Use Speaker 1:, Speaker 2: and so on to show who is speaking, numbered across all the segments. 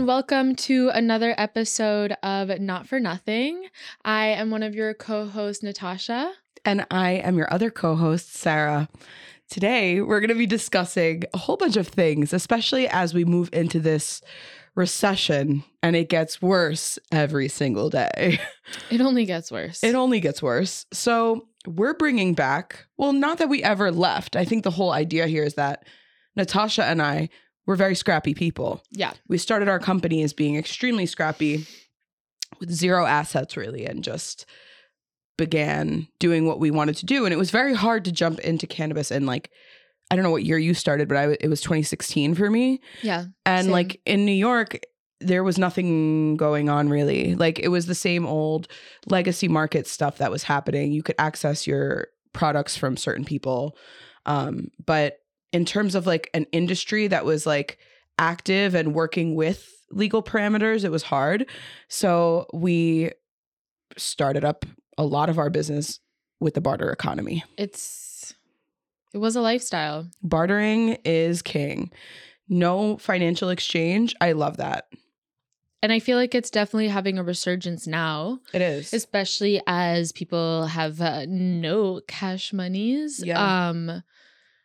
Speaker 1: welcome to another episode of Not for Nothing. I am one of your co hosts, Natasha.
Speaker 2: And I am your other co host, Sarah. Today, we're going to be discussing a whole bunch of things, especially as we move into this recession and it gets worse every single day.
Speaker 1: It only gets worse.
Speaker 2: It only gets worse. So, we're bringing back, well, not that we ever left. I think the whole idea here is that Natasha and I were very scrappy people.
Speaker 1: yeah.
Speaker 2: We started our company as being extremely scrappy with zero assets, really, and just began doing what we wanted to do. And it was very hard to jump into cannabis. And like, I don't know what year you started, but I w- it was 2016 for me.
Speaker 1: Yeah.
Speaker 2: And
Speaker 1: Same.
Speaker 2: like in New York, there was nothing going on really. Like it was the same old legacy market stuff that was happening. You could access your products from certain people. Um, but in terms of like an industry that was like active and working with legal parameters, it was hard. So we started up a lot of our business with the barter economy.
Speaker 1: It's, it was a lifestyle.
Speaker 2: Bartering is king. No financial exchange. I love that.
Speaker 1: And I feel like it's definitely having a resurgence now,
Speaker 2: It is.
Speaker 1: especially as people have uh, no cash monies.
Speaker 2: Yeah.
Speaker 1: Um,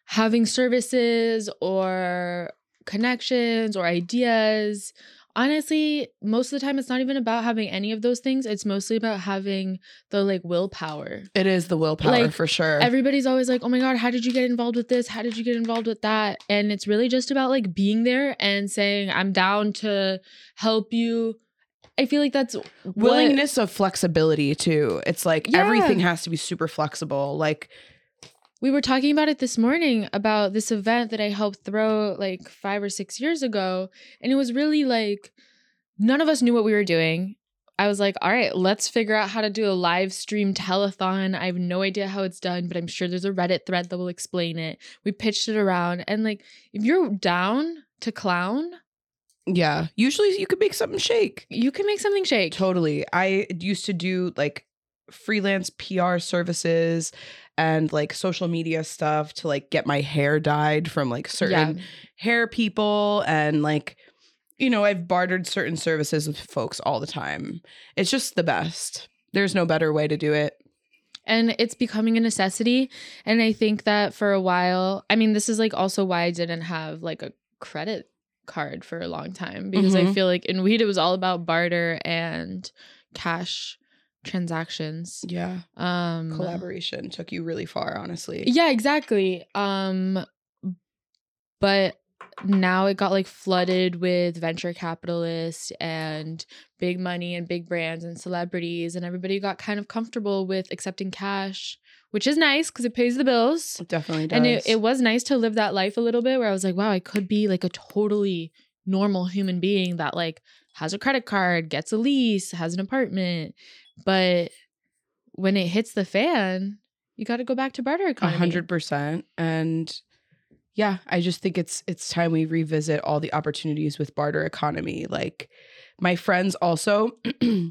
Speaker 1: having services or connections or ideas. Honestly, most of the time, it's not even about having any of those things. It's mostly about having the like willpower.
Speaker 2: It is the willpower
Speaker 1: Like,
Speaker 2: for sure.
Speaker 1: Everybody's always like, oh my God, how did you get involved with this? How did you get involved with that? And it's really just about like being there and saying, I'm down to help you. I feel like that's what-
Speaker 2: Willingness of flexibility too. It's like
Speaker 1: Yeah.
Speaker 2: everything has to be super flexible. Like
Speaker 1: we were talking about it this morning about this event that I helped throw like five or six years ago. And it was really like none of us knew what we were doing. I was like, all right, let's figure out how to do a live stream telethon. I have no idea how it's done, but I'm sure there's a Reddit thread that will explain it. We pitched it around. And like, if you're down to clown,
Speaker 2: yeah, usually you could make something shake.
Speaker 1: you can make something shake.
Speaker 2: Totally. I used to do like freelance PR services and like social media stuff to like get my hair dyed from like certain
Speaker 1: Yeah.
Speaker 2: hair people and like you know, I've bartered certain services with folks all the time. It's just the best. There's no better way to do it.
Speaker 1: and it's becoming a necessity and i think that for a while i mean this is like also why i didn't have like a credit card for a long time because i
Speaker 2: Mhm.
Speaker 1: feel like in weed it was all about barter and cash transactions
Speaker 2: Yeah.
Speaker 1: um
Speaker 2: Collaboration took you really far, honestly.
Speaker 1: yeah exactly um but now it got like flooded with venture capitalists and big money and big brands and celebrities and everybody got kind of comfortable with accepting cash which is nice because it pays the bills
Speaker 2: It definitely does.
Speaker 1: and it, it was nice to live that life a little bit where i was like wow i could be like a totally normal human being that like has a credit card gets a lease has an apartment but when it hits the fan you got to go back to barter
Speaker 2: A
Speaker 1: economy
Speaker 2: hundred percent. And yeah, I just think it's it's time we revisit all the opportunities with barter economy. Like my friends also I-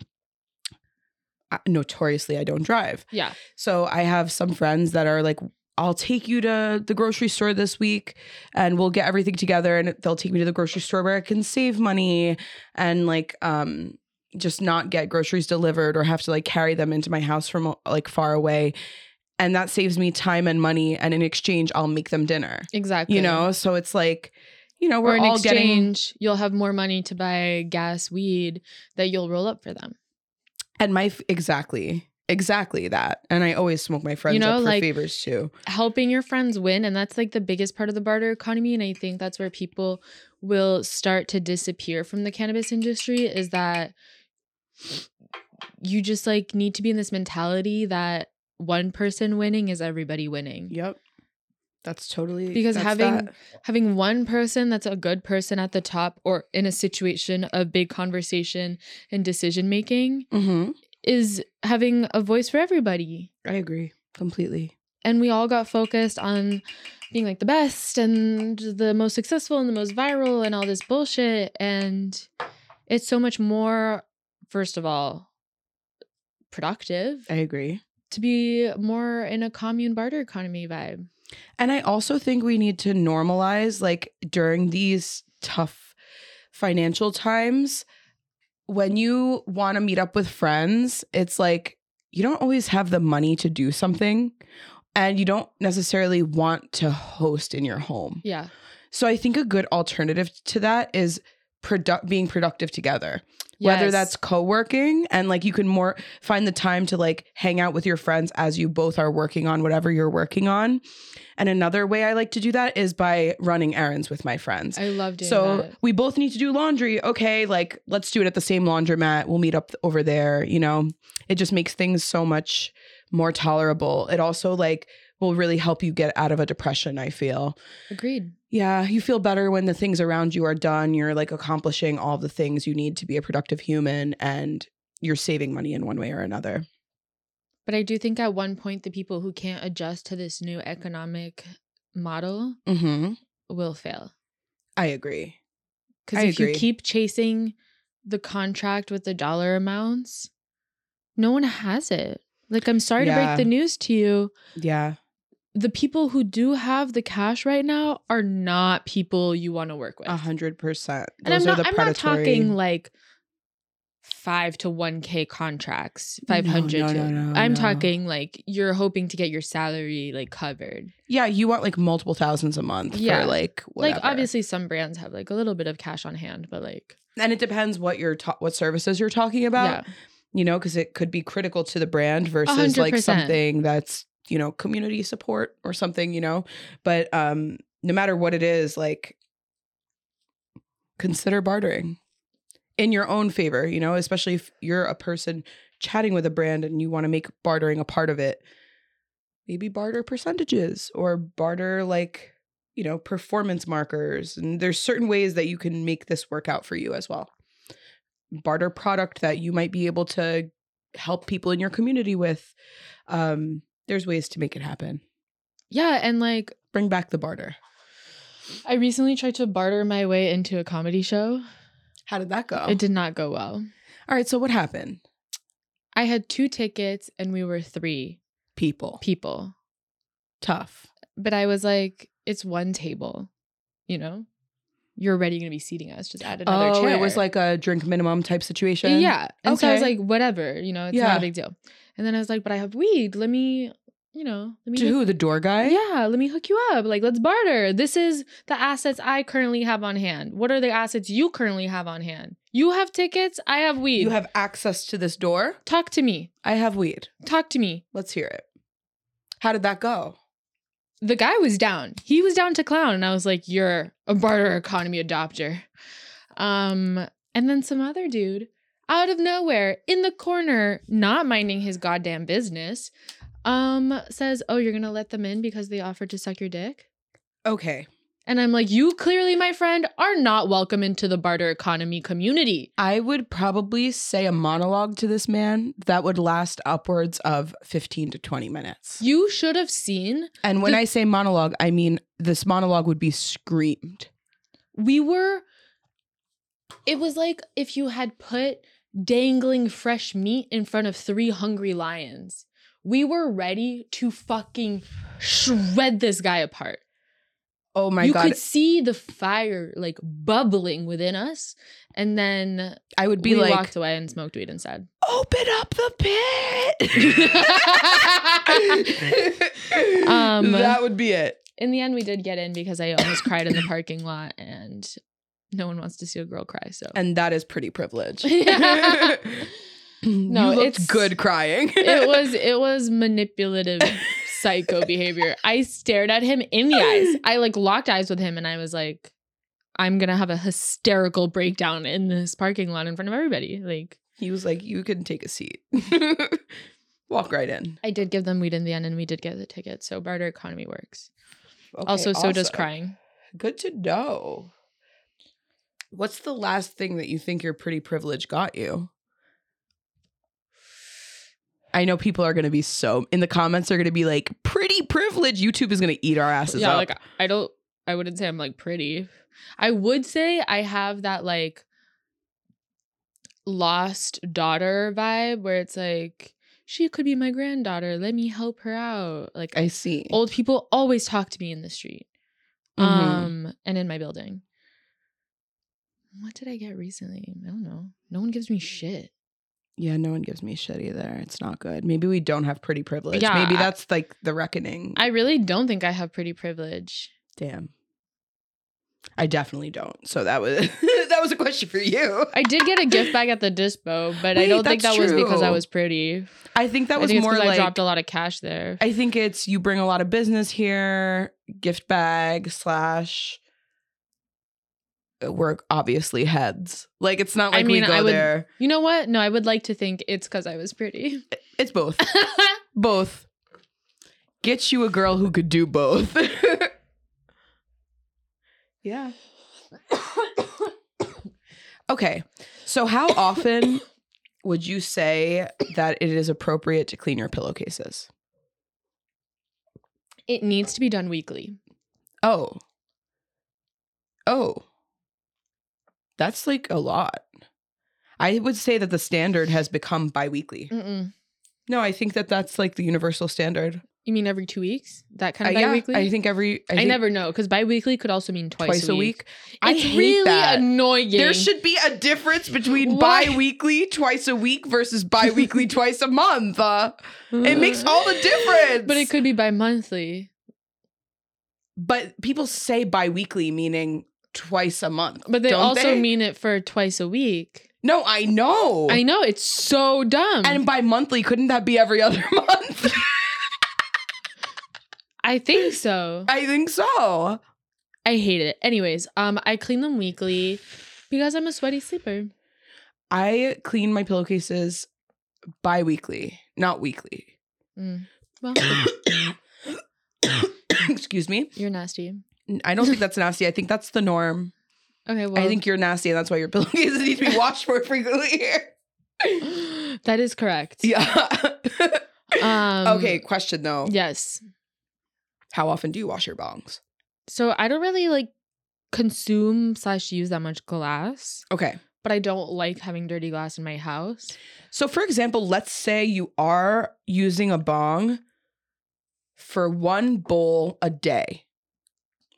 Speaker 2: notoriously I don't drive.
Speaker 1: yeah
Speaker 2: So I have some friends that are like I'll take you to the grocery store this week and we'll get everything together and they'll take me to the grocery store where I can save money and like um just not get groceries delivered or have to like carry them into my house from like far away and that saves me time and money and in exchange I'll make them dinner.
Speaker 1: exactly
Speaker 2: You know, so it's like you know,
Speaker 1: or
Speaker 2: we're
Speaker 1: in
Speaker 2: all getting
Speaker 1: exchange you'll have more money to buy gas weed that you'll roll up for them
Speaker 2: and my f- exactly exactly that. And I always smoke my friends
Speaker 1: know,
Speaker 2: up for
Speaker 1: like-
Speaker 2: favors too.
Speaker 1: helping your friends win and that's like the biggest part of the barter economy and i think that's where people will start to disappear from the cannabis industry is that you just like need to be in this mentality that one person winning is everybody winning
Speaker 2: Yep. That's totally
Speaker 1: Because
Speaker 2: that's
Speaker 1: having
Speaker 2: that.
Speaker 1: having one person that's a good person at the top or in a situation of big conversation and decision making
Speaker 2: Mm-hmm.
Speaker 1: is having a voice for everybody
Speaker 2: I agree completely.
Speaker 1: and we all got focused on being like the best and the most successful and the most viral and all this bullshit and it's so much more first of all productive
Speaker 2: I agree.
Speaker 1: to be more in a commune barter economy vibe
Speaker 2: And I also think we need to normalize, like, during these tough financial times, when you want to meet up with friends, it's like you don't always have the money to do something and you don't necessarily want to host in your home.
Speaker 1: Yeah.
Speaker 2: So I think a good alternative to that is product being productive together. Whether
Speaker 1: Yes.
Speaker 2: that's co-working and like you can more find the time to like hang out with your friends as you both are working on whatever you're working on. And another way I like to do that is by running errands with my friends.
Speaker 1: I love doing
Speaker 2: so
Speaker 1: that.
Speaker 2: we both need to do laundry. Okay, like let's do it at the same laundromat. We'll meet up th- over there, you know. It just makes things so much more tolerable. It also like will really help you get out of a depression, I feel.
Speaker 1: Agreed.
Speaker 2: Yeah, you feel better when the things around you are done. You're like accomplishing all the things you need to be a productive human and you're saving money in one way or another.
Speaker 1: But I do think at one point the people who can't adjust to this new economic model
Speaker 2: Mm-hmm.
Speaker 1: will fail.
Speaker 2: I agree. I
Speaker 1: Because if
Speaker 2: agree.
Speaker 1: you keep chasing the contract with the dollar amounts, no one has it. Like, I'm sorry
Speaker 2: Yeah.
Speaker 1: to break the news to you.
Speaker 2: Yeah.
Speaker 1: The people who do have the cash right now are not people you want to work with.
Speaker 2: A hundred percent.
Speaker 1: And I'm not, I'm not talking like five to 1K contracts, 500.
Speaker 2: no,
Speaker 1: to-
Speaker 2: no, no,
Speaker 1: I'm
Speaker 2: no.
Speaker 1: talking like you're hoping to get your salary like covered.
Speaker 2: Yeah, you want like multiple thousands a month
Speaker 1: Yeah.
Speaker 2: for like whatever.
Speaker 1: Like obviously some brands have like a little bit of cash on hand, but like
Speaker 2: And it depends what you're ta- what services you're talking about.
Speaker 1: yeah.
Speaker 2: You know, because it could be critical to the brand versus like
Speaker 1: 100%.
Speaker 2: something that's, you know, community support or something, you know. But um no matter what it is, like consider bartering in your own favor, you know, especially if you're a person chatting with a brand and you want to make bartering a part of it. Maybe barter percentages or barter like, you know, performance markers. And there's certain ways that you can make this work out for you as well. Barter product that you might be able to help people in your community with. Um, there's ways to make it happen.
Speaker 1: Yeah, and like
Speaker 2: Bring back the barter.
Speaker 1: I recently tried to barter my way into a comedy show.
Speaker 2: How did that go?
Speaker 1: It did not go well.
Speaker 2: All right, so what happened?
Speaker 1: I had two tickets and we were three
Speaker 2: People.
Speaker 1: people.
Speaker 2: Tough.
Speaker 1: But I was like, it's one table, you know? You're already gonna be seating us. Just add another
Speaker 2: oh,
Speaker 1: chair.
Speaker 2: it was like a drink minimum type situation.
Speaker 1: Yeah. And so I was
Speaker 2: Okay.
Speaker 1: like, whatever, you know, it's not
Speaker 2: Yeah.
Speaker 1: a big deal. And then I was like, but I have weed. Let me, you know, let me
Speaker 2: To
Speaker 1: hook-
Speaker 2: who? The door guy?
Speaker 1: Yeah, let me hook you up. Like, let's barter. This is the assets I currently have on hand. What are the assets you currently have on hand? You have tickets. I have weed.
Speaker 2: You have access to this door.
Speaker 1: Talk to me.
Speaker 2: I have weed.
Speaker 1: Talk to me.
Speaker 2: Let's hear it. How did that go?
Speaker 1: The guy was down. He was down to clown, and I was like, "You're a barter economy adopter." Um, and then some other dude out of nowhere in the corner, not minding his goddamn business, um, says, "Oh, you're gonna let them in because they offered to suck your dick."
Speaker 2: Okay.
Speaker 1: And I'm like, you clearly, my friend, are not welcome into the barter economy community.
Speaker 2: I would probably say a monologue to this man that would last upwards of 15 to 20 minutes.
Speaker 1: You should have seen
Speaker 2: And when
Speaker 1: The-
Speaker 2: I say monologue, I mean this monologue would be screamed.
Speaker 1: we were it was like if you had put dangling fresh meat in front of three hungry lions we were ready to fucking shred this guy apart
Speaker 2: Oh my
Speaker 1: you
Speaker 2: God.
Speaker 1: could see the fire like bubbling within us and then
Speaker 2: I would be
Speaker 1: we
Speaker 2: like,
Speaker 1: walked away and smoked weed instead
Speaker 2: open up the pit.
Speaker 1: Um,
Speaker 2: that would be it.
Speaker 1: in the end we did get in because i almost cried in the parking lot and no one wants to see a girl cry so
Speaker 2: And that is pretty privileged.
Speaker 1: No,
Speaker 2: you looked
Speaker 1: it's-
Speaker 2: good crying.
Speaker 1: it was it was manipulative psycho behavior. I stared at him in the eyes. I like locked eyes with him and I was like I'm going to have a hysterical breakdown in this parking lot in front of everybody. Like
Speaker 2: He was like, "You can take a seat, walk right in."
Speaker 1: I did give them weed in the end and we did get the ticket. So barter economy works.
Speaker 2: Okay,
Speaker 1: also so does
Speaker 2: awesome.
Speaker 1: crying.
Speaker 2: Good to know. What's the last thing that you think your pretty privilege got you? I know people are going to be so in the comments. They're going to be like, "Pretty privilege." YouTube is going to eat our asses
Speaker 1: yeah,
Speaker 2: up.
Speaker 1: like I don't I wouldn't say I'm like pretty. I would say I have that like lost daughter vibe where it's like she could be my granddaughter. Let me help her out. Like
Speaker 2: I see.
Speaker 1: old people
Speaker 2: Mm-hmm.
Speaker 1: always talk to me in the street
Speaker 2: Mhm.
Speaker 1: um and in my building What did I get recently? I don't know. No one gives me shit.
Speaker 2: Yeah, no one gives me shit either. It's not good. Maybe we don't have pretty privilege.
Speaker 1: Yeah,
Speaker 2: Maybe
Speaker 1: I-
Speaker 2: that's like the reckoning.
Speaker 1: I really don't think I have pretty privilege.
Speaker 2: Damn. I definitely don't. So that was that was a question for you.
Speaker 1: I did get a gift bag at the dispo, but I
Speaker 2: Wait,
Speaker 1: don't think that
Speaker 2: that's
Speaker 1: was because I
Speaker 2: true.
Speaker 1: was pretty.
Speaker 2: I think that
Speaker 1: I
Speaker 2: was
Speaker 1: think it's
Speaker 2: more
Speaker 1: 'cause
Speaker 2: like
Speaker 1: I dropped a lot of cash there.
Speaker 2: I think it's you bring a lot of business here, gift bag slash we're obviously heads. Like it's not
Speaker 1: I
Speaker 2: like
Speaker 1: mean,
Speaker 2: we go
Speaker 1: I would-
Speaker 2: there.
Speaker 1: you know what? No, I would like to think it's because I was pretty.
Speaker 2: It's both. both. Get you a girl who could do both. yeah. okay. So how often would you say that it is appropriate to clean your pillowcases?
Speaker 1: it needs to be done weekly.
Speaker 2: Oh. Oh. That's like a lot. I would say that the standard has become biweekly.
Speaker 1: Mm-mm.
Speaker 2: No, I think that that's like the universal standard.
Speaker 1: You mean every two weeks? That kind of
Speaker 2: Uh, yeah,
Speaker 1: biweekly?
Speaker 2: I think every
Speaker 1: I
Speaker 2: think
Speaker 1: never know because biweekly could also mean twice,
Speaker 2: twice a week. I
Speaker 1: It's
Speaker 2: hate
Speaker 1: really
Speaker 2: that.
Speaker 1: annoying.
Speaker 2: There should be a difference between
Speaker 1: Why?
Speaker 2: bi-weekly twice a week versus bi-weekly twice a month. Uh, it makes all the difference.
Speaker 1: But it could be bi-monthly.
Speaker 2: but people say bi-weekly meaning twice a month.
Speaker 1: But they
Speaker 2: don't
Speaker 1: also
Speaker 2: they?
Speaker 1: mean it for twice a week.
Speaker 2: No, I know.
Speaker 1: I know it's so dumb.
Speaker 2: and by monthly, couldn't that be every other month?
Speaker 1: I think so.
Speaker 2: I think so.
Speaker 1: I hate it. Anyways, um, I clean them weekly because I'm a sweaty sleeper.
Speaker 2: I clean my pillowcases bi-weekly, not weekly.
Speaker 1: Mm. Well,
Speaker 2: Excuse me.
Speaker 1: you're nasty.
Speaker 2: I don't think that's nasty. I think that's the norm.
Speaker 1: Okay, well,
Speaker 2: I think you're nasty, and that's why your pillowcases need to be washed more frequently.
Speaker 1: that is correct.
Speaker 2: yeah.
Speaker 1: Um,
Speaker 2: okay. Question though.
Speaker 1: Yes.
Speaker 2: How often do you wash your bongs?
Speaker 1: So I don't really like consume slash use that much glass,
Speaker 2: Okay.
Speaker 1: but I don't like having dirty glass in my house.
Speaker 2: So, for example, let's say you are using a bong for one bowl a day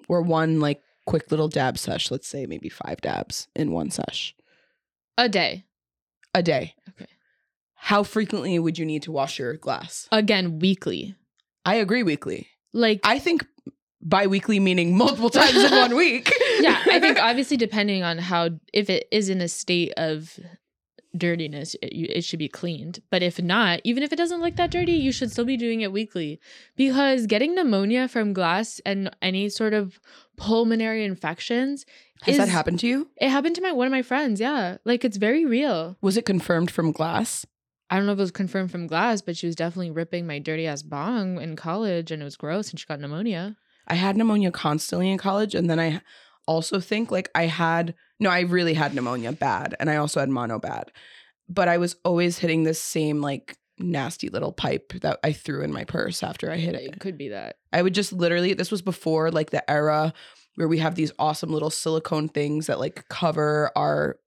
Speaker 2: or one like quick little dab sesh, let's say maybe five dabs in one sesh
Speaker 1: A day.
Speaker 2: a day.
Speaker 1: Okay.
Speaker 2: How frequently would you need to wash your glass?
Speaker 1: Again, weekly.
Speaker 2: I agree weekly.
Speaker 1: Like
Speaker 2: I think bi weekly meaning multiple times in one week.
Speaker 1: yeah, I think uh, obviously depending on how if it is in a state of dirtiness, it, you- it should be cleaned. But if not, even if it doesn't look that dirty, you should still be doing it weekly because getting pneumonia from glass and any sort of pulmonary infections
Speaker 2: Has that
Speaker 1: is-
Speaker 2: happened to you?
Speaker 1: It happened to my one of my friends. Yeah, like it's very real.
Speaker 2: Was it confirmed from glass?
Speaker 1: I don't know if it was confirmed from glass, but she was definitely ripping my dirty ass bong in college, and it was gross, and she got pneumonia.
Speaker 2: I had pneumonia constantly in college. And then I also think like I had, no, I really had pneumonia bad. And I also had mono bad. But I was always hitting this same like nasty little pipe that I threw in my purse after I hit
Speaker 1: It
Speaker 2: it.
Speaker 1: could be that.
Speaker 2: I would just literally, this was before like the era where we have these awesome little silicone things that like cover our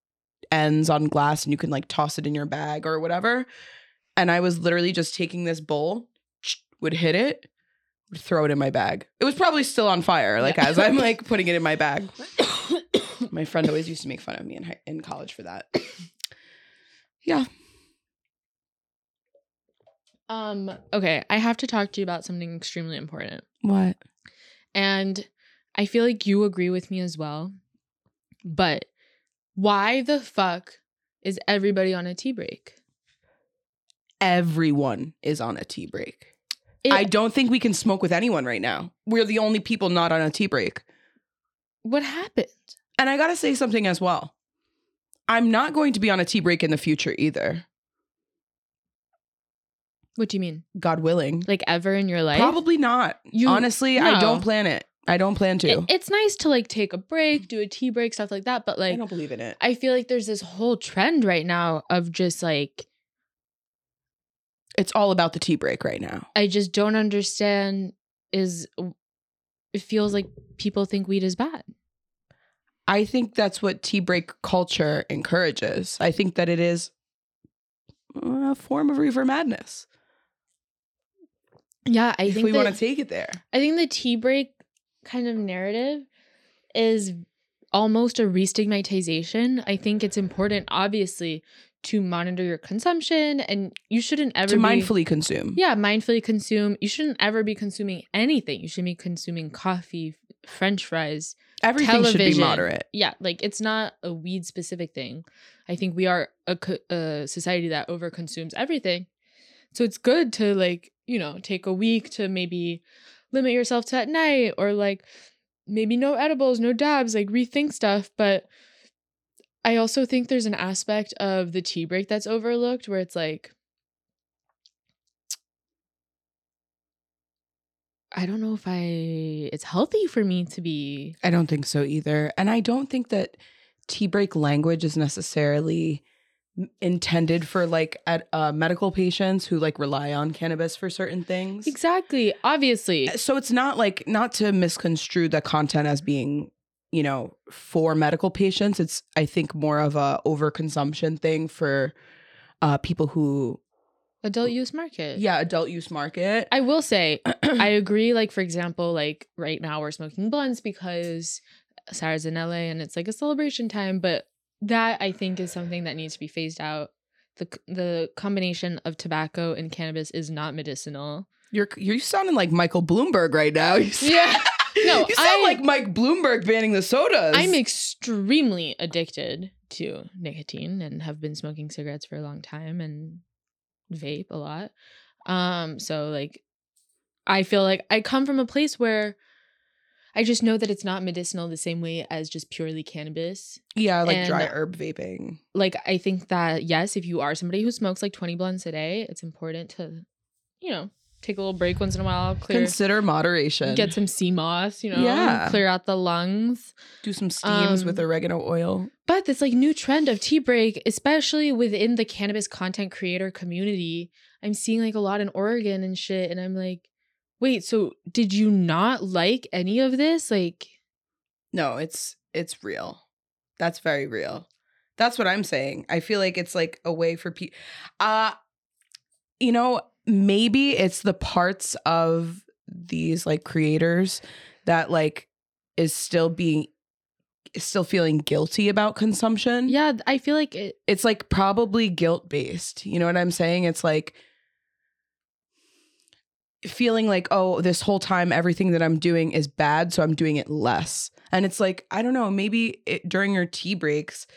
Speaker 2: ends on glass and you can like toss it in your bag or whatever. And I was literally just taking this bowl, would hit it, would throw it in my bag. It was probably still on fire, like
Speaker 1: Yeah.
Speaker 2: as I'm like putting it in my bag. My friend always used to make fun of me in, hi- in college for that. Yeah.
Speaker 1: Um, okay, I have to talk to you about something extremely important.
Speaker 2: What?
Speaker 1: And I feel like you agree with me as well. But why the fuck is everybody on a tea break?
Speaker 2: Everyone is on a tea break.
Speaker 1: It-
Speaker 2: I don't think we can smoke with anyone right now. We're the only people not on a tea break.
Speaker 1: what happened?
Speaker 2: And I got to say something as well. I'm not going to be on a tea break in the future either,
Speaker 1: What do you mean?
Speaker 2: God willing.
Speaker 1: Like ever in your life?
Speaker 2: Probably not.
Speaker 1: You
Speaker 2: Honestly, I
Speaker 1: no.
Speaker 2: don't plan it. I don't plan to.
Speaker 1: It- it's nice to like take a break, do a tea break, stuff like that. But
Speaker 2: I
Speaker 1: like
Speaker 2: don't believe in it.
Speaker 1: I feel like there's this whole trend right now of just like
Speaker 2: It's all about the tea break right now.
Speaker 1: I just don't understand is it feels like people think weed is bad.
Speaker 2: I think that's what tea break culture encourages. I think that it is uh, a form of reefer madness.
Speaker 1: Yeah, I
Speaker 2: if
Speaker 1: think
Speaker 2: we
Speaker 1: that-
Speaker 2: want to take it there.
Speaker 1: I think the tea break kind of narrative is almost a restigmatization. I think it's important, obviously, to monitor your consumption, and you shouldn't ever
Speaker 2: to
Speaker 1: be-
Speaker 2: mindfully consume.
Speaker 1: yeah, mindfully consume. You shouldn't ever be consuming anything. You should be consuming coffee, French fries.
Speaker 2: Everything should be
Speaker 1: television.
Speaker 2: moderate.
Speaker 1: Yeah, like it's not a weed specific thing. I think we are a, co- a society that overconsumes everything. So it's good to like, you know, take a week to maybe limit yourself to at night or like maybe no edibles, no dabs, like rethink stuff, but I also think there's an aspect of the tea break that's overlooked where it's like I don't know if I it's healthy for me to be
Speaker 2: I don't think so either. And I don't think that tea break language is necessarily m- intended for like at, uh, medical patients who like rely on cannabis for certain things. Eh,
Speaker 1: Exactly. Obviously.
Speaker 2: So it's not like not to misconstrue the content as being, you know, for medical patients. It's I think more of a overconsumption thing for uh, people who
Speaker 1: Adult use market.
Speaker 2: yeah adult use market.
Speaker 1: Eh. I will say, I agree. Like, for example, like right now we're smoking blunts because SARS in LA and it's like a celebration time. But that I think is something that needs to be phased out. The, c- the combination of tobacco and cannabis is not medicinal.
Speaker 2: You're you're sounding like Michael Bloomberg right now. You sound,
Speaker 1: Yeah. No,
Speaker 2: you sound
Speaker 1: I-
Speaker 2: like Mike Bloomberg banning the sodas.
Speaker 1: I'm extremely addicted to nicotine and have been smoking cigarettes for a long time and vape a lot. Um, so like I feel like I come from a place where I just know that it's not medicinal the same way as just purely cannabis.
Speaker 2: Yeah, like
Speaker 1: And-
Speaker 2: dry herb vaping.
Speaker 1: Like I think that yes, if you are somebody who smokes like 20 blunts a day, it's important to, you know, take a little break once in a while, clear
Speaker 2: Consider moderation.
Speaker 1: get some sea moss, you know,
Speaker 2: Yeah.
Speaker 1: clear out the lungs.
Speaker 2: Do some steams with
Speaker 1: um,
Speaker 2: oregano oil.
Speaker 1: But this like new trend of tea break, especially within the cannabis content creator community, I'm seeing like a lot in Oregon and shit, and I'm like, wait, so did you not like any of this? Like,
Speaker 2: No, it's it's real. That's very real. That's what I'm saying. I feel like it's like a way for people. Uh you know, maybe it's the parts of these like creators that like is still being is still feeling guilty about consumption.
Speaker 1: yeah, I feel like it.
Speaker 2: it's like probably guilt based. You know what I'm saying? It's like feeling like, oh, this whole time everything that I'm doing is bad, so I'm doing it less. And it's like, I don't know, maybe it, during your tea breaks,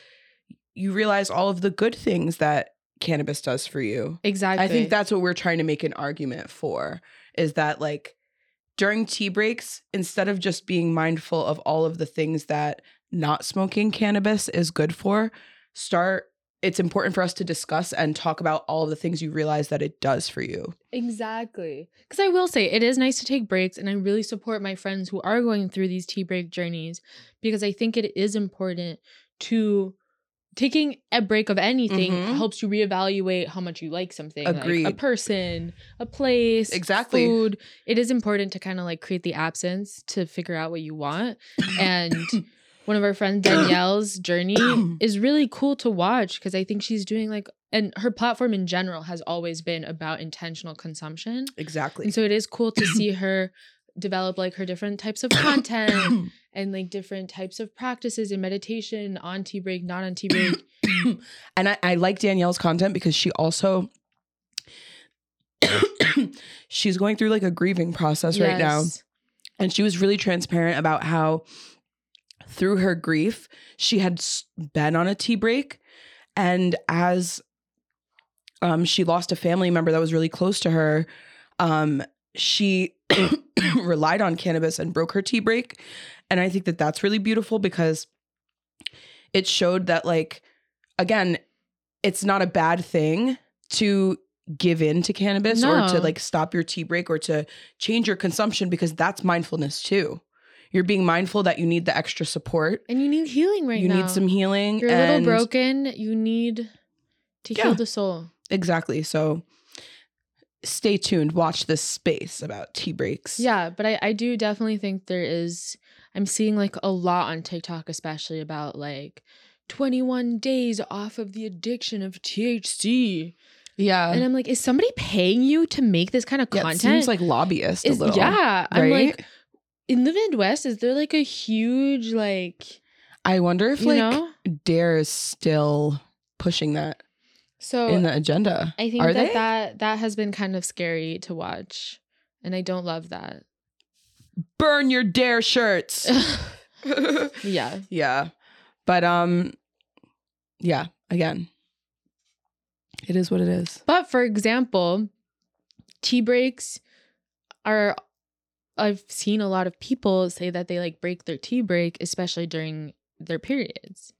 Speaker 2: you realize all of the good things that cannabis does for you.
Speaker 1: Exactly.
Speaker 2: I think that's what we're trying to make an argument for is that like during tea breaks, instead of just being mindful of all of the things that not smoking cannabis is good for, start it's important for us to discuss and talk about all of the things you realize that it does for you.
Speaker 1: Exactly. Because I will say it is nice to take breaks, and I really support my friends who are going through these tea break journeys because I think it is important to taking a break of anything
Speaker 2: Mhm.
Speaker 1: helps you reevaluate how much you like something like a
Speaker 2: Agreed.
Speaker 1: person a place
Speaker 2: Exactly.
Speaker 1: food it is important to kind of like create the absence to figure out what you want and one of our friends danielle's journey is really cool to watch because i think she's doing like and her platform in general has always been about intentional consumption
Speaker 2: Exactly.
Speaker 1: and so it is cool to see her develop like her different types of content and like different types of practices and meditation on tea break not on tea break
Speaker 2: and I, I like Danielle's content because she also she's going through like a grieving process right now.
Speaker 1: Yes.
Speaker 2: And she was really transparent about how, through her grief, she had s- been on a tea break. And as um, she lost a family member that was really close to her, um, she relied on cannabis and broke her tea break. And I think that that's really beautiful because it showed that, like, again, it's not a bad thing to give in to cannabis or to
Speaker 1: No.
Speaker 2: like stop your tea break or to change your consumption because that's mindfulness too. You're being mindful that you need the extra support.
Speaker 1: and you need healing right
Speaker 2: you
Speaker 1: now
Speaker 2: need some healing.
Speaker 1: you're a little
Speaker 2: and-
Speaker 1: broken you need to
Speaker 2: Yeah.
Speaker 1: heal the soul
Speaker 2: Exactly. So stay tuned. Watch this space about tea breaks.
Speaker 1: Yeah, but I, I do definitely think there is I'm seeing like a lot on TikTok especially about like 21 days off of the addiction of THC.
Speaker 2: Yeah.
Speaker 1: and I'm like, is somebody paying you to make this kind of
Speaker 2: Yeah,
Speaker 1: content?
Speaker 2: It seems like lobbyist
Speaker 1: Is-
Speaker 2: a little.
Speaker 1: yeah.
Speaker 2: Right?
Speaker 1: I'm like, in the Midwest, is there like a huge like
Speaker 2: I wonder if
Speaker 1: you
Speaker 2: like
Speaker 1: know?
Speaker 2: Dare is still pushing that
Speaker 1: So
Speaker 2: in the agenda.
Speaker 1: I think
Speaker 2: Are
Speaker 1: that,
Speaker 2: they?
Speaker 1: that that has been kind of scary to watch. And I don't love that.
Speaker 2: Burn your Dare shirts.
Speaker 1: yeah.
Speaker 2: yeah. But um yeah, again. It is what it is.
Speaker 1: But for example, tea breaks are I've seen a lot of people say that they like break their tea break especially during their periods.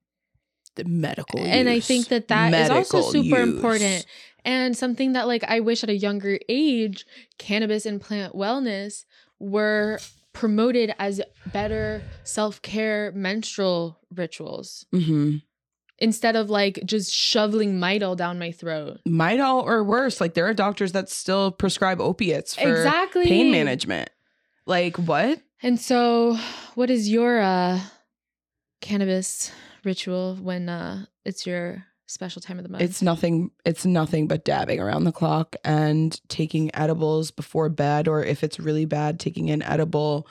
Speaker 2: The medical
Speaker 1: And I think that that is also super important. And something that like I wish at a younger age cannabis and plant wellness were promoted as better self-care menstrual rituals
Speaker 2: Mm-hmm.
Speaker 1: instead of like just shoveling mitol down my throat.
Speaker 2: Might all or worse. Like there are doctors that still prescribe opiates for
Speaker 1: exactly.
Speaker 2: pain management. Like what?
Speaker 1: And so, what is your uh, cannabis ritual when uh, it's your special time of the month?
Speaker 2: It's nothing it's nothing but dabbing around the clock and taking edibles before bed or if it's really bad taking an edible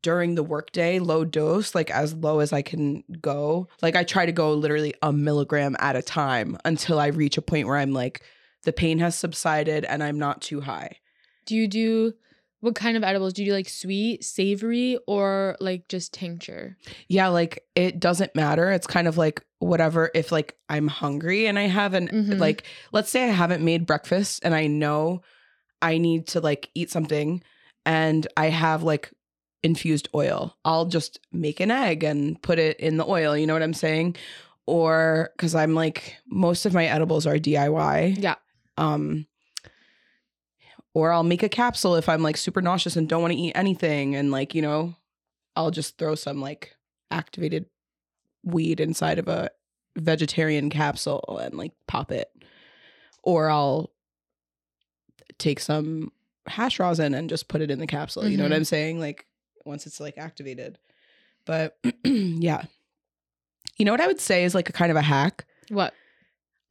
Speaker 2: during the workday low dose like as low as I can go. Like I try to go literally a milligram at a time until I reach a point where I'm like the pain has subsided and I'm not too high.
Speaker 1: do you do what kind of edibles? Do you do like sweet, savory, or like just tincture?
Speaker 2: Yeah, like it doesn't matter. It's kind of like whatever if like I'm hungry and I haven't
Speaker 1: Mhm.
Speaker 2: like let's say I haven't made breakfast and I know I need to like eat something and I have like infused oil. I'll just make an egg and put it in the oil, you know what I'm saying? Or cuz I'm like most of my edibles are DIY.
Speaker 1: Yeah.
Speaker 2: Um or I'll make a capsule if I'm like super nauseous and don't want to eat anything and like, you know, I'll just throw some like activated weed inside of a vegetarian capsule and like pop it. Or I'll take some hash rosin and just put it in the capsule. You know what
Speaker 1: Mhm.
Speaker 2: I'm saying? Like once it's like activated. But yeah. You know what I would say is like a kind of a hack?
Speaker 1: What?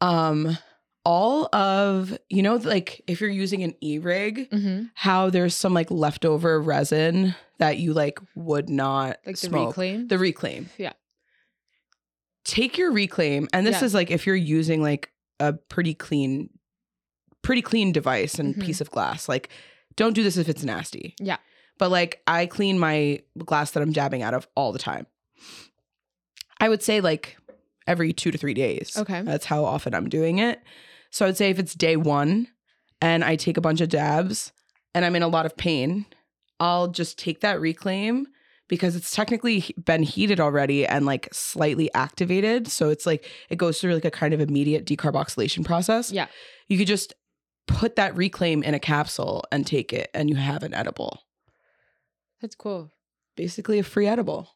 Speaker 2: Um all of you know like if you're using an e-rig,
Speaker 1: hmm
Speaker 2: how there's some like leftover resin that you like would not
Speaker 1: Like the
Speaker 2: smoke.
Speaker 1: reclaim?
Speaker 2: The reclaim.
Speaker 1: yeah.
Speaker 2: Take your reclaim, and this
Speaker 1: Yeah.
Speaker 2: is like if you're using like a pretty clean, pretty clean device and
Speaker 1: Mhm.
Speaker 2: piece of glass. Like, don't do this if it's nasty.
Speaker 1: Yeah.
Speaker 2: But like, I clean my glass that I'm jabbing out of all the time. I would say like every two to three days.
Speaker 1: Okay.
Speaker 2: That's how often I'm doing it. So I would say if it's day one and I take a bunch of dabs and I'm in a lot of pain, I'll just take that reclaim because it's technically he- been heated already and like slightly activated. So it's like it goes through like a kind of immediate decarboxylation process.
Speaker 1: Yeah.
Speaker 2: You could just put that reclaim in a capsule and take it and you have an edible.
Speaker 1: That's cool.
Speaker 2: Basically a free edible.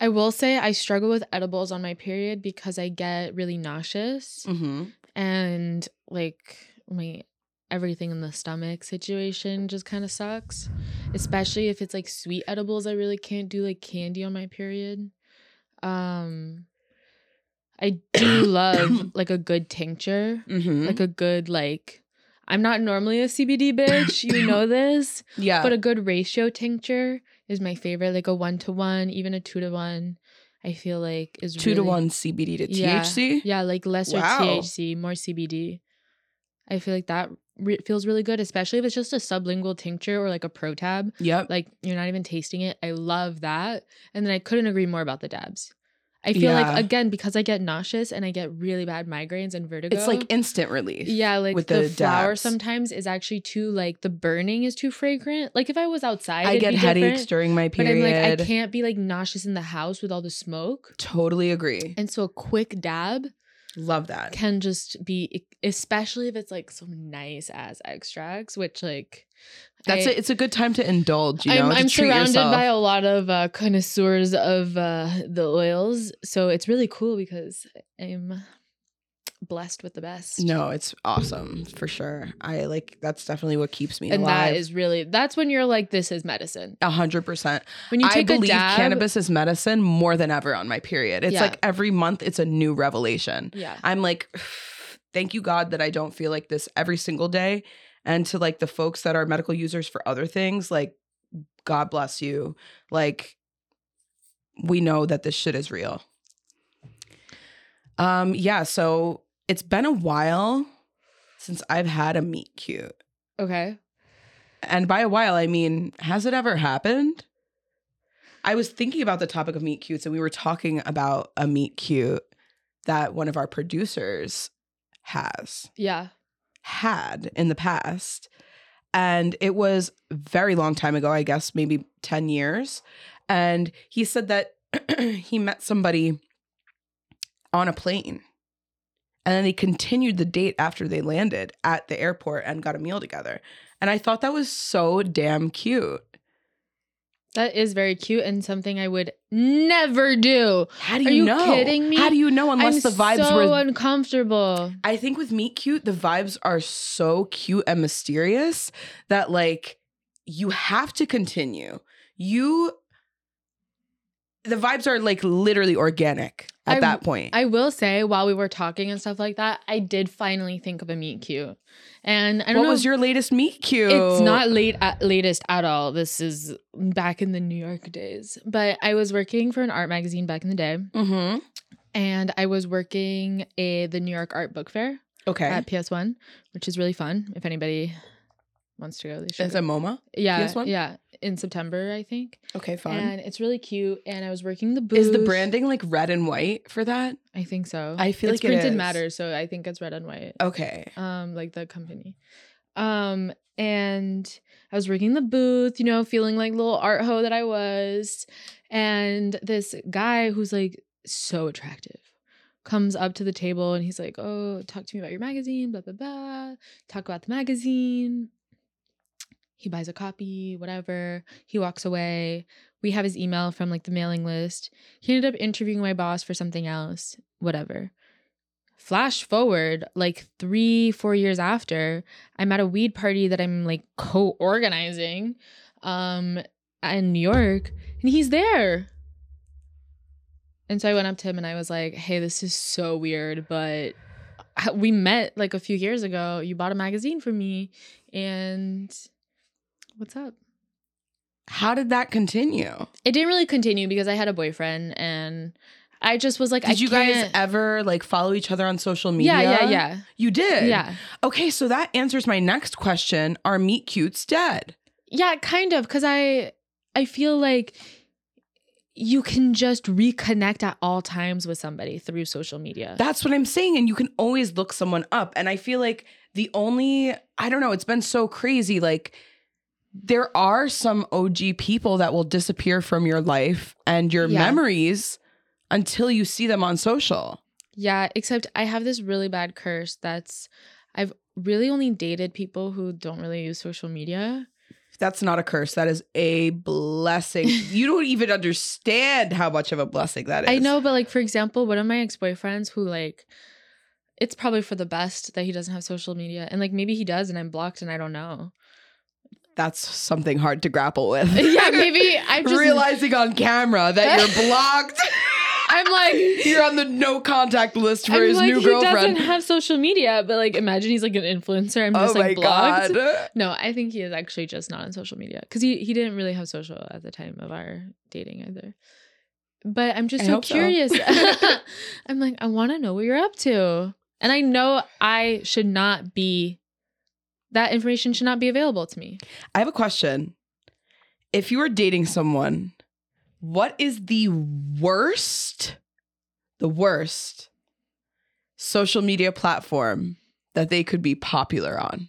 Speaker 1: I will say I struggle with edibles on my period because I get really nauseous.
Speaker 2: Mm-hmm.
Speaker 1: and like my everything in the stomach situation just kind of sucks especially if it's like sweet edibles i really can't do like candy on my period um i do love like a good tincture
Speaker 2: Mm-hmm.
Speaker 1: like a good like i'm not normally a cbd bitch you know this
Speaker 2: yeah.
Speaker 1: but a good ratio tincture is my favorite like a one to one even a two to one i feel like is
Speaker 2: two to
Speaker 1: really-
Speaker 2: one CBD to
Speaker 1: Yeah.
Speaker 2: THC.
Speaker 1: yeah, like lesser
Speaker 2: Wow.
Speaker 1: THC, more CBD. I feel like that re- feels really good, especially if it's just a sublingual tincture or like a pro tab.
Speaker 2: Yep.
Speaker 1: Like you're not even tasting it. I love that. And then I couldn't agree more about the dabs. I feel
Speaker 2: Yeah.
Speaker 1: like again because I get nauseous and I get really bad migraines and vertigo.
Speaker 2: It's like instant relief.
Speaker 1: yeah, like
Speaker 2: with
Speaker 1: the,
Speaker 2: the
Speaker 1: flower
Speaker 2: dabs.
Speaker 1: sometimes is actually too like the burning is too fragrant. Like if I was outside,
Speaker 2: I
Speaker 1: it'd
Speaker 2: get
Speaker 1: be
Speaker 2: headaches
Speaker 1: different,
Speaker 2: during my
Speaker 1: but
Speaker 2: period.
Speaker 1: I'm like I can't be like nauseous in the house with all the smoke.
Speaker 2: Totally agree.
Speaker 1: And so a quick dab
Speaker 2: Love that.
Speaker 1: can just be e-, especially if it's like some nice ass extracts which like
Speaker 2: That's
Speaker 1: I-
Speaker 2: it. It's a good time to indulge. You know,
Speaker 1: I'm,
Speaker 2: to
Speaker 1: I'm
Speaker 2: treat
Speaker 1: surrounded
Speaker 2: yourself.
Speaker 1: by a lot of uh, connoisseurs of uh, the oils so it's really cool because i'm blessed with the best
Speaker 2: No, it's awesome for sure. I like that's definitely what keeps me
Speaker 1: and
Speaker 2: alive.
Speaker 1: that is really that's when you're like this is medicine
Speaker 2: a hundred percent.
Speaker 1: when you
Speaker 2: I
Speaker 1: take a
Speaker 2: believe
Speaker 1: dab
Speaker 2: cannabis is medicine more than ever on my period. It's
Speaker 1: Yeah.
Speaker 2: like every month it's a new revelation.
Speaker 1: yeah
Speaker 2: I'm like, thank you God that I don't feel like this every single day. And to like the folks that are medical users for other things, like God bless you. Like we know that this shit is real. Um, yeah, so it's been a while since I've had a meet cute.
Speaker 1: Okay.
Speaker 2: And by a while, I mean, has it ever happened? I was thinking about the topic of meet cutes, and we were talking about a meet cute that one of our producers has
Speaker 1: Yeah.
Speaker 2: had in the past. And it was very long time ago, I guess, maybe 10 years. And he said that he met somebody on a plane. And then they continued the date after they landed at the airport and got a meal together. And I thought that was so damn cute.
Speaker 1: That is very cute and something I would never do.
Speaker 2: How do
Speaker 1: Are
Speaker 2: you,
Speaker 1: you
Speaker 2: know?
Speaker 1: kidding me?
Speaker 2: How do you know unless
Speaker 1: I'm
Speaker 2: the vibes
Speaker 1: so
Speaker 2: were
Speaker 1: uncomfortable.
Speaker 2: I think with Meet Cute, the vibes are so cute and mysterious that like you have to continue. You the vibes are like literally organic at
Speaker 1: I-
Speaker 2: that point.
Speaker 1: I will say, while we were talking and stuff like that, I did finally think of a meet cute, and I don't
Speaker 2: what
Speaker 1: know.
Speaker 2: was your latest Meet Cute?
Speaker 1: It's not late at latest at all. This is back in the New York days. But I was working for an art magazine back in the day,
Speaker 2: Mm-hmm.
Speaker 1: and I was working a the New York Art Book Fair
Speaker 2: Okay.
Speaker 1: at PS1, which is really fun. If anybody wants to go, they should.
Speaker 2: Is it MoMA?
Speaker 1: yeah,
Speaker 2: PS1?
Speaker 1: yeah, in September I think,
Speaker 2: Okay, fun.
Speaker 1: and it's really cute. And I was working the booth.
Speaker 2: Is the branding like red and white for that?
Speaker 1: I think so.
Speaker 2: I feel
Speaker 1: Oh, it's
Speaker 2: like it
Speaker 1: printed
Speaker 2: is.
Speaker 1: matter, so I think it's red and white.
Speaker 2: Okay.
Speaker 1: um like the company um and i was working the booth you know feeling like little art hoe that i was and this guy who's like so attractive comes up to the table and he's like oh talk to me about your magazine blah blah blah talk about the magazine he buys a copy whatever he walks away we have his email from like the mailing list he ended up interviewing my boss for something else whatever flash forward like three four years after i'm at a weed party that i'm like co-organizing um in new york and he's there and so i went up to him and i was like hey this is so weird but I- we met like a few years ago you bought a magazine for me and what's up
Speaker 2: How did that continue?
Speaker 1: it didn't really continue because i had a boyfriend and i just was like
Speaker 2: Did
Speaker 1: I
Speaker 2: you guys
Speaker 1: can't-
Speaker 2: ever like follow each other on social media?
Speaker 1: yeah yeah yeah
Speaker 2: You did.
Speaker 1: yeah
Speaker 2: Okay, so that answers my next question. Are meat cutes dead?
Speaker 1: Yeah, kind of cuz I I feel like you can just reconnect at all times with somebody through social media.
Speaker 2: That's what I'm saying. And you can always look someone up. And I feel like the only, I don't know, it's been so crazy. Like, there are some OG people that will disappear from your life and your
Speaker 1: Yeah.
Speaker 2: memories until you see them on social.
Speaker 1: yeah, except I have this really bad curse that's I've really only dated people who don't really use social media.
Speaker 2: That's not a curse. That is a blessing. you don't even understand how much of a blessing that is.
Speaker 1: I know, but like for example, one of my ex-boyfriends who like it's probably for the best that he doesn't have social media and like maybe he does and I'm blocked and I don't know.
Speaker 2: That's something hard to grapple with.
Speaker 1: yeah, maybe I just
Speaker 2: realizing on camera that you're blocked.
Speaker 1: I'm like
Speaker 2: You're on the no contact list for
Speaker 1: I'm
Speaker 2: his
Speaker 1: like,
Speaker 2: new
Speaker 1: he
Speaker 2: girlfriend.
Speaker 1: doesn't have social media, but like, imagine he's like an influencer. I'm just
Speaker 2: oh my
Speaker 1: like blocked.
Speaker 2: god.
Speaker 1: No, I think he is actually just not on social media because he he didn't really have social at the time of our dating either. But I'm just
Speaker 2: I
Speaker 1: so
Speaker 2: hope so.
Speaker 1: curious. I'm like, I want to know what you're up to, and I know I should not be. That information should not be available to me.
Speaker 2: I have a question. If you were dating someone, what is the worst, the worst social media platform that they could be popular on?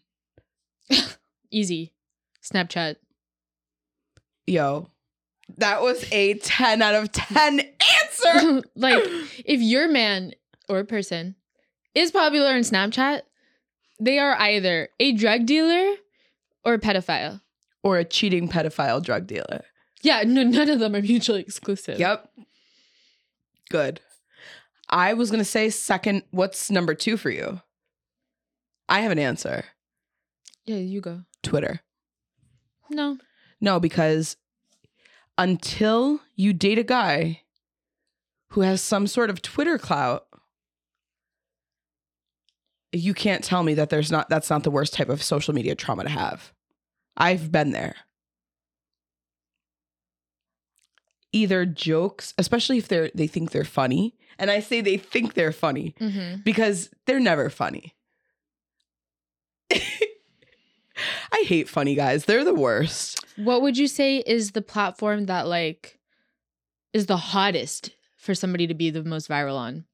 Speaker 1: Easy, Snapchat.
Speaker 2: Yo, that was a 10 out of 10 answer.
Speaker 1: like, if your man or person is popular in Snapchat, they are either a drug dealer or a pedophile.
Speaker 2: or a cheating pedophile drug dealer.
Speaker 1: Yeah, no, none of them are mutually exclusive.
Speaker 2: Yep. Good. I was going to say second. What's number two for you? I have an answer
Speaker 1: Yeah, you go.
Speaker 2: Twitter.
Speaker 1: No.
Speaker 2: No, because until you date a guy who has some sort of Twitter clout, you can't tell me that there's not that's not the worst type of social media trauma to have. I've been there. either jokes, especially if they're they think they're funny. And I say they think they're funny
Speaker 1: Mm-hmm.
Speaker 2: because they're never funny. I hate funny guys. They're the worst.
Speaker 1: What would you say is the platform that like is the hottest for somebody to be the most viral on?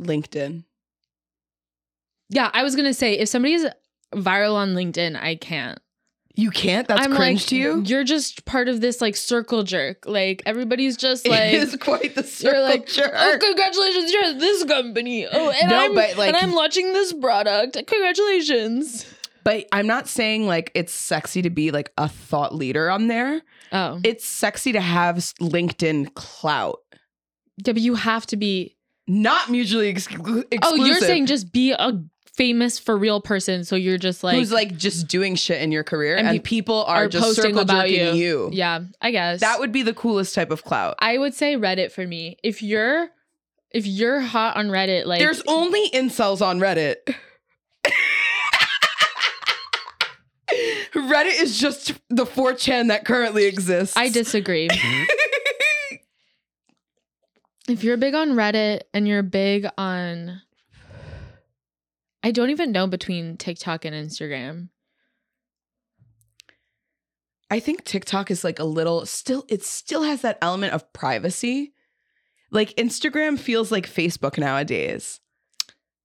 Speaker 2: LinkedIn.
Speaker 1: Yeah, I was gonna say if somebody is viral on LinkedIn, I can't.
Speaker 2: You can't? That's
Speaker 1: I'm
Speaker 2: cringe
Speaker 1: like,
Speaker 2: to you?
Speaker 1: You're just part of this like circle jerk. Like everybody's just
Speaker 2: it
Speaker 1: like
Speaker 2: is quite the circle
Speaker 1: you're like,
Speaker 2: jerk.
Speaker 1: oh, congratulations, you're at this company. Oh, and
Speaker 2: No,
Speaker 1: I'm
Speaker 2: but, like-
Speaker 1: and I'm launching this product. Congratulations.
Speaker 2: But I'm not saying like it's sexy to be like a thought leader on there.
Speaker 1: Oh,
Speaker 2: It's sexy to have s- LinkedIn clout.
Speaker 1: yeah, but you have to be.
Speaker 2: Not mutually exclu- exclusive.
Speaker 1: Oh, you're saying just be a famous for real person. So you're just like,
Speaker 2: who's like just doing shit in your career
Speaker 1: And
Speaker 2: and,
Speaker 1: peop-
Speaker 2: people are,
Speaker 1: are
Speaker 2: just
Speaker 1: posting
Speaker 2: circle
Speaker 1: about
Speaker 2: jerking you.
Speaker 1: yeah, I guess
Speaker 2: That would be the coolest type of clout.
Speaker 1: I would say Reddit for me. If you're if you're hot on Reddit, like
Speaker 2: There's only incels on Reddit. Reddit is just the 4chan that currently exists.
Speaker 1: I disagree. if you're big on Reddit and you're big on I don't even know between TikTok and Instagram.
Speaker 2: I think TikTok is like a little still it still has that element of privacy. Like Instagram feels like Facebook nowadays.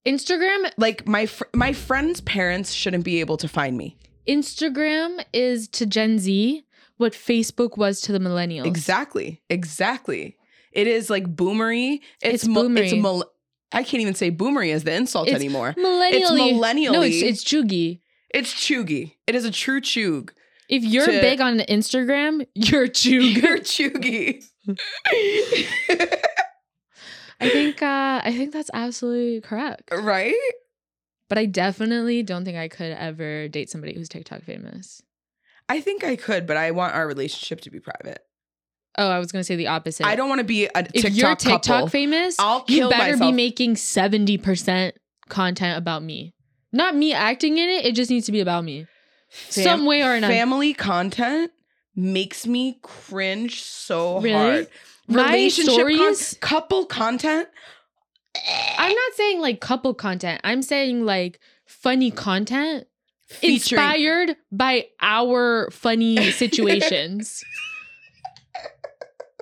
Speaker 1: Instagram
Speaker 2: Like my fr- my friends' parents shouldn't be able to find me.
Speaker 1: Instagram is to Gen Z what Facebook was to the millennials.
Speaker 2: Exactly. Exactly. It is like boomery. It's,
Speaker 1: It's
Speaker 2: mo- It's
Speaker 1: boomery.
Speaker 2: mil- I can't even say boomery as the insult
Speaker 1: It's-
Speaker 2: anymore. It's
Speaker 1: Millennially.
Speaker 2: millennially.
Speaker 1: No, it's it's chuggy.
Speaker 2: It's chuggy. It is a true chug.
Speaker 1: If you're
Speaker 2: To-
Speaker 1: big on Instagram, you're chug.
Speaker 2: You're chuggy.
Speaker 1: I think uh I think that's absolutely correct.
Speaker 2: right?
Speaker 1: But I definitely don't think I could ever date somebody who's TikTok famous.
Speaker 2: I think I could, but I want our relationship to be private.
Speaker 1: Oh, I was gonna say the opposite.
Speaker 2: I don't want to be a
Speaker 1: If
Speaker 2: TikTok
Speaker 1: you're TikTok
Speaker 2: couple.
Speaker 1: famous,
Speaker 2: I'll
Speaker 1: you
Speaker 2: kill
Speaker 1: better
Speaker 2: myself.
Speaker 1: be making seventy percent content about me. Not me acting in it. It just needs to be about me.
Speaker 2: Fam-
Speaker 1: some way or another.
Speaker 2: Family content makes me cringe so
Speaker 1: Really?
Speaker 2: hard.
Speaker 1: My
Speaker 2: con-
Speaker 1: stories-
Speaker 2: couple content.
Speaker 1: I'm not saying like couple content. I'm saying like funny content
Speaker 2: Featuring
Speaker 1: inspired by our funny situations.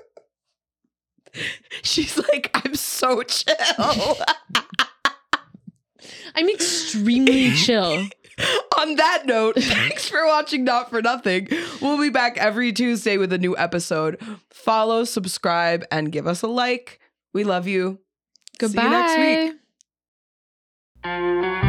Speaker 2: She's like, I'm so chill.
Speaker 1: I'm extremely chill.
Speaker 2: On that note, thanks for watching Not For Nothing. We'll be back every Tuesday with a new episode. Follow, subscribe, and give us a like. We love you.
Speaker 1: Goodbye.
Speaker 2: See you next week.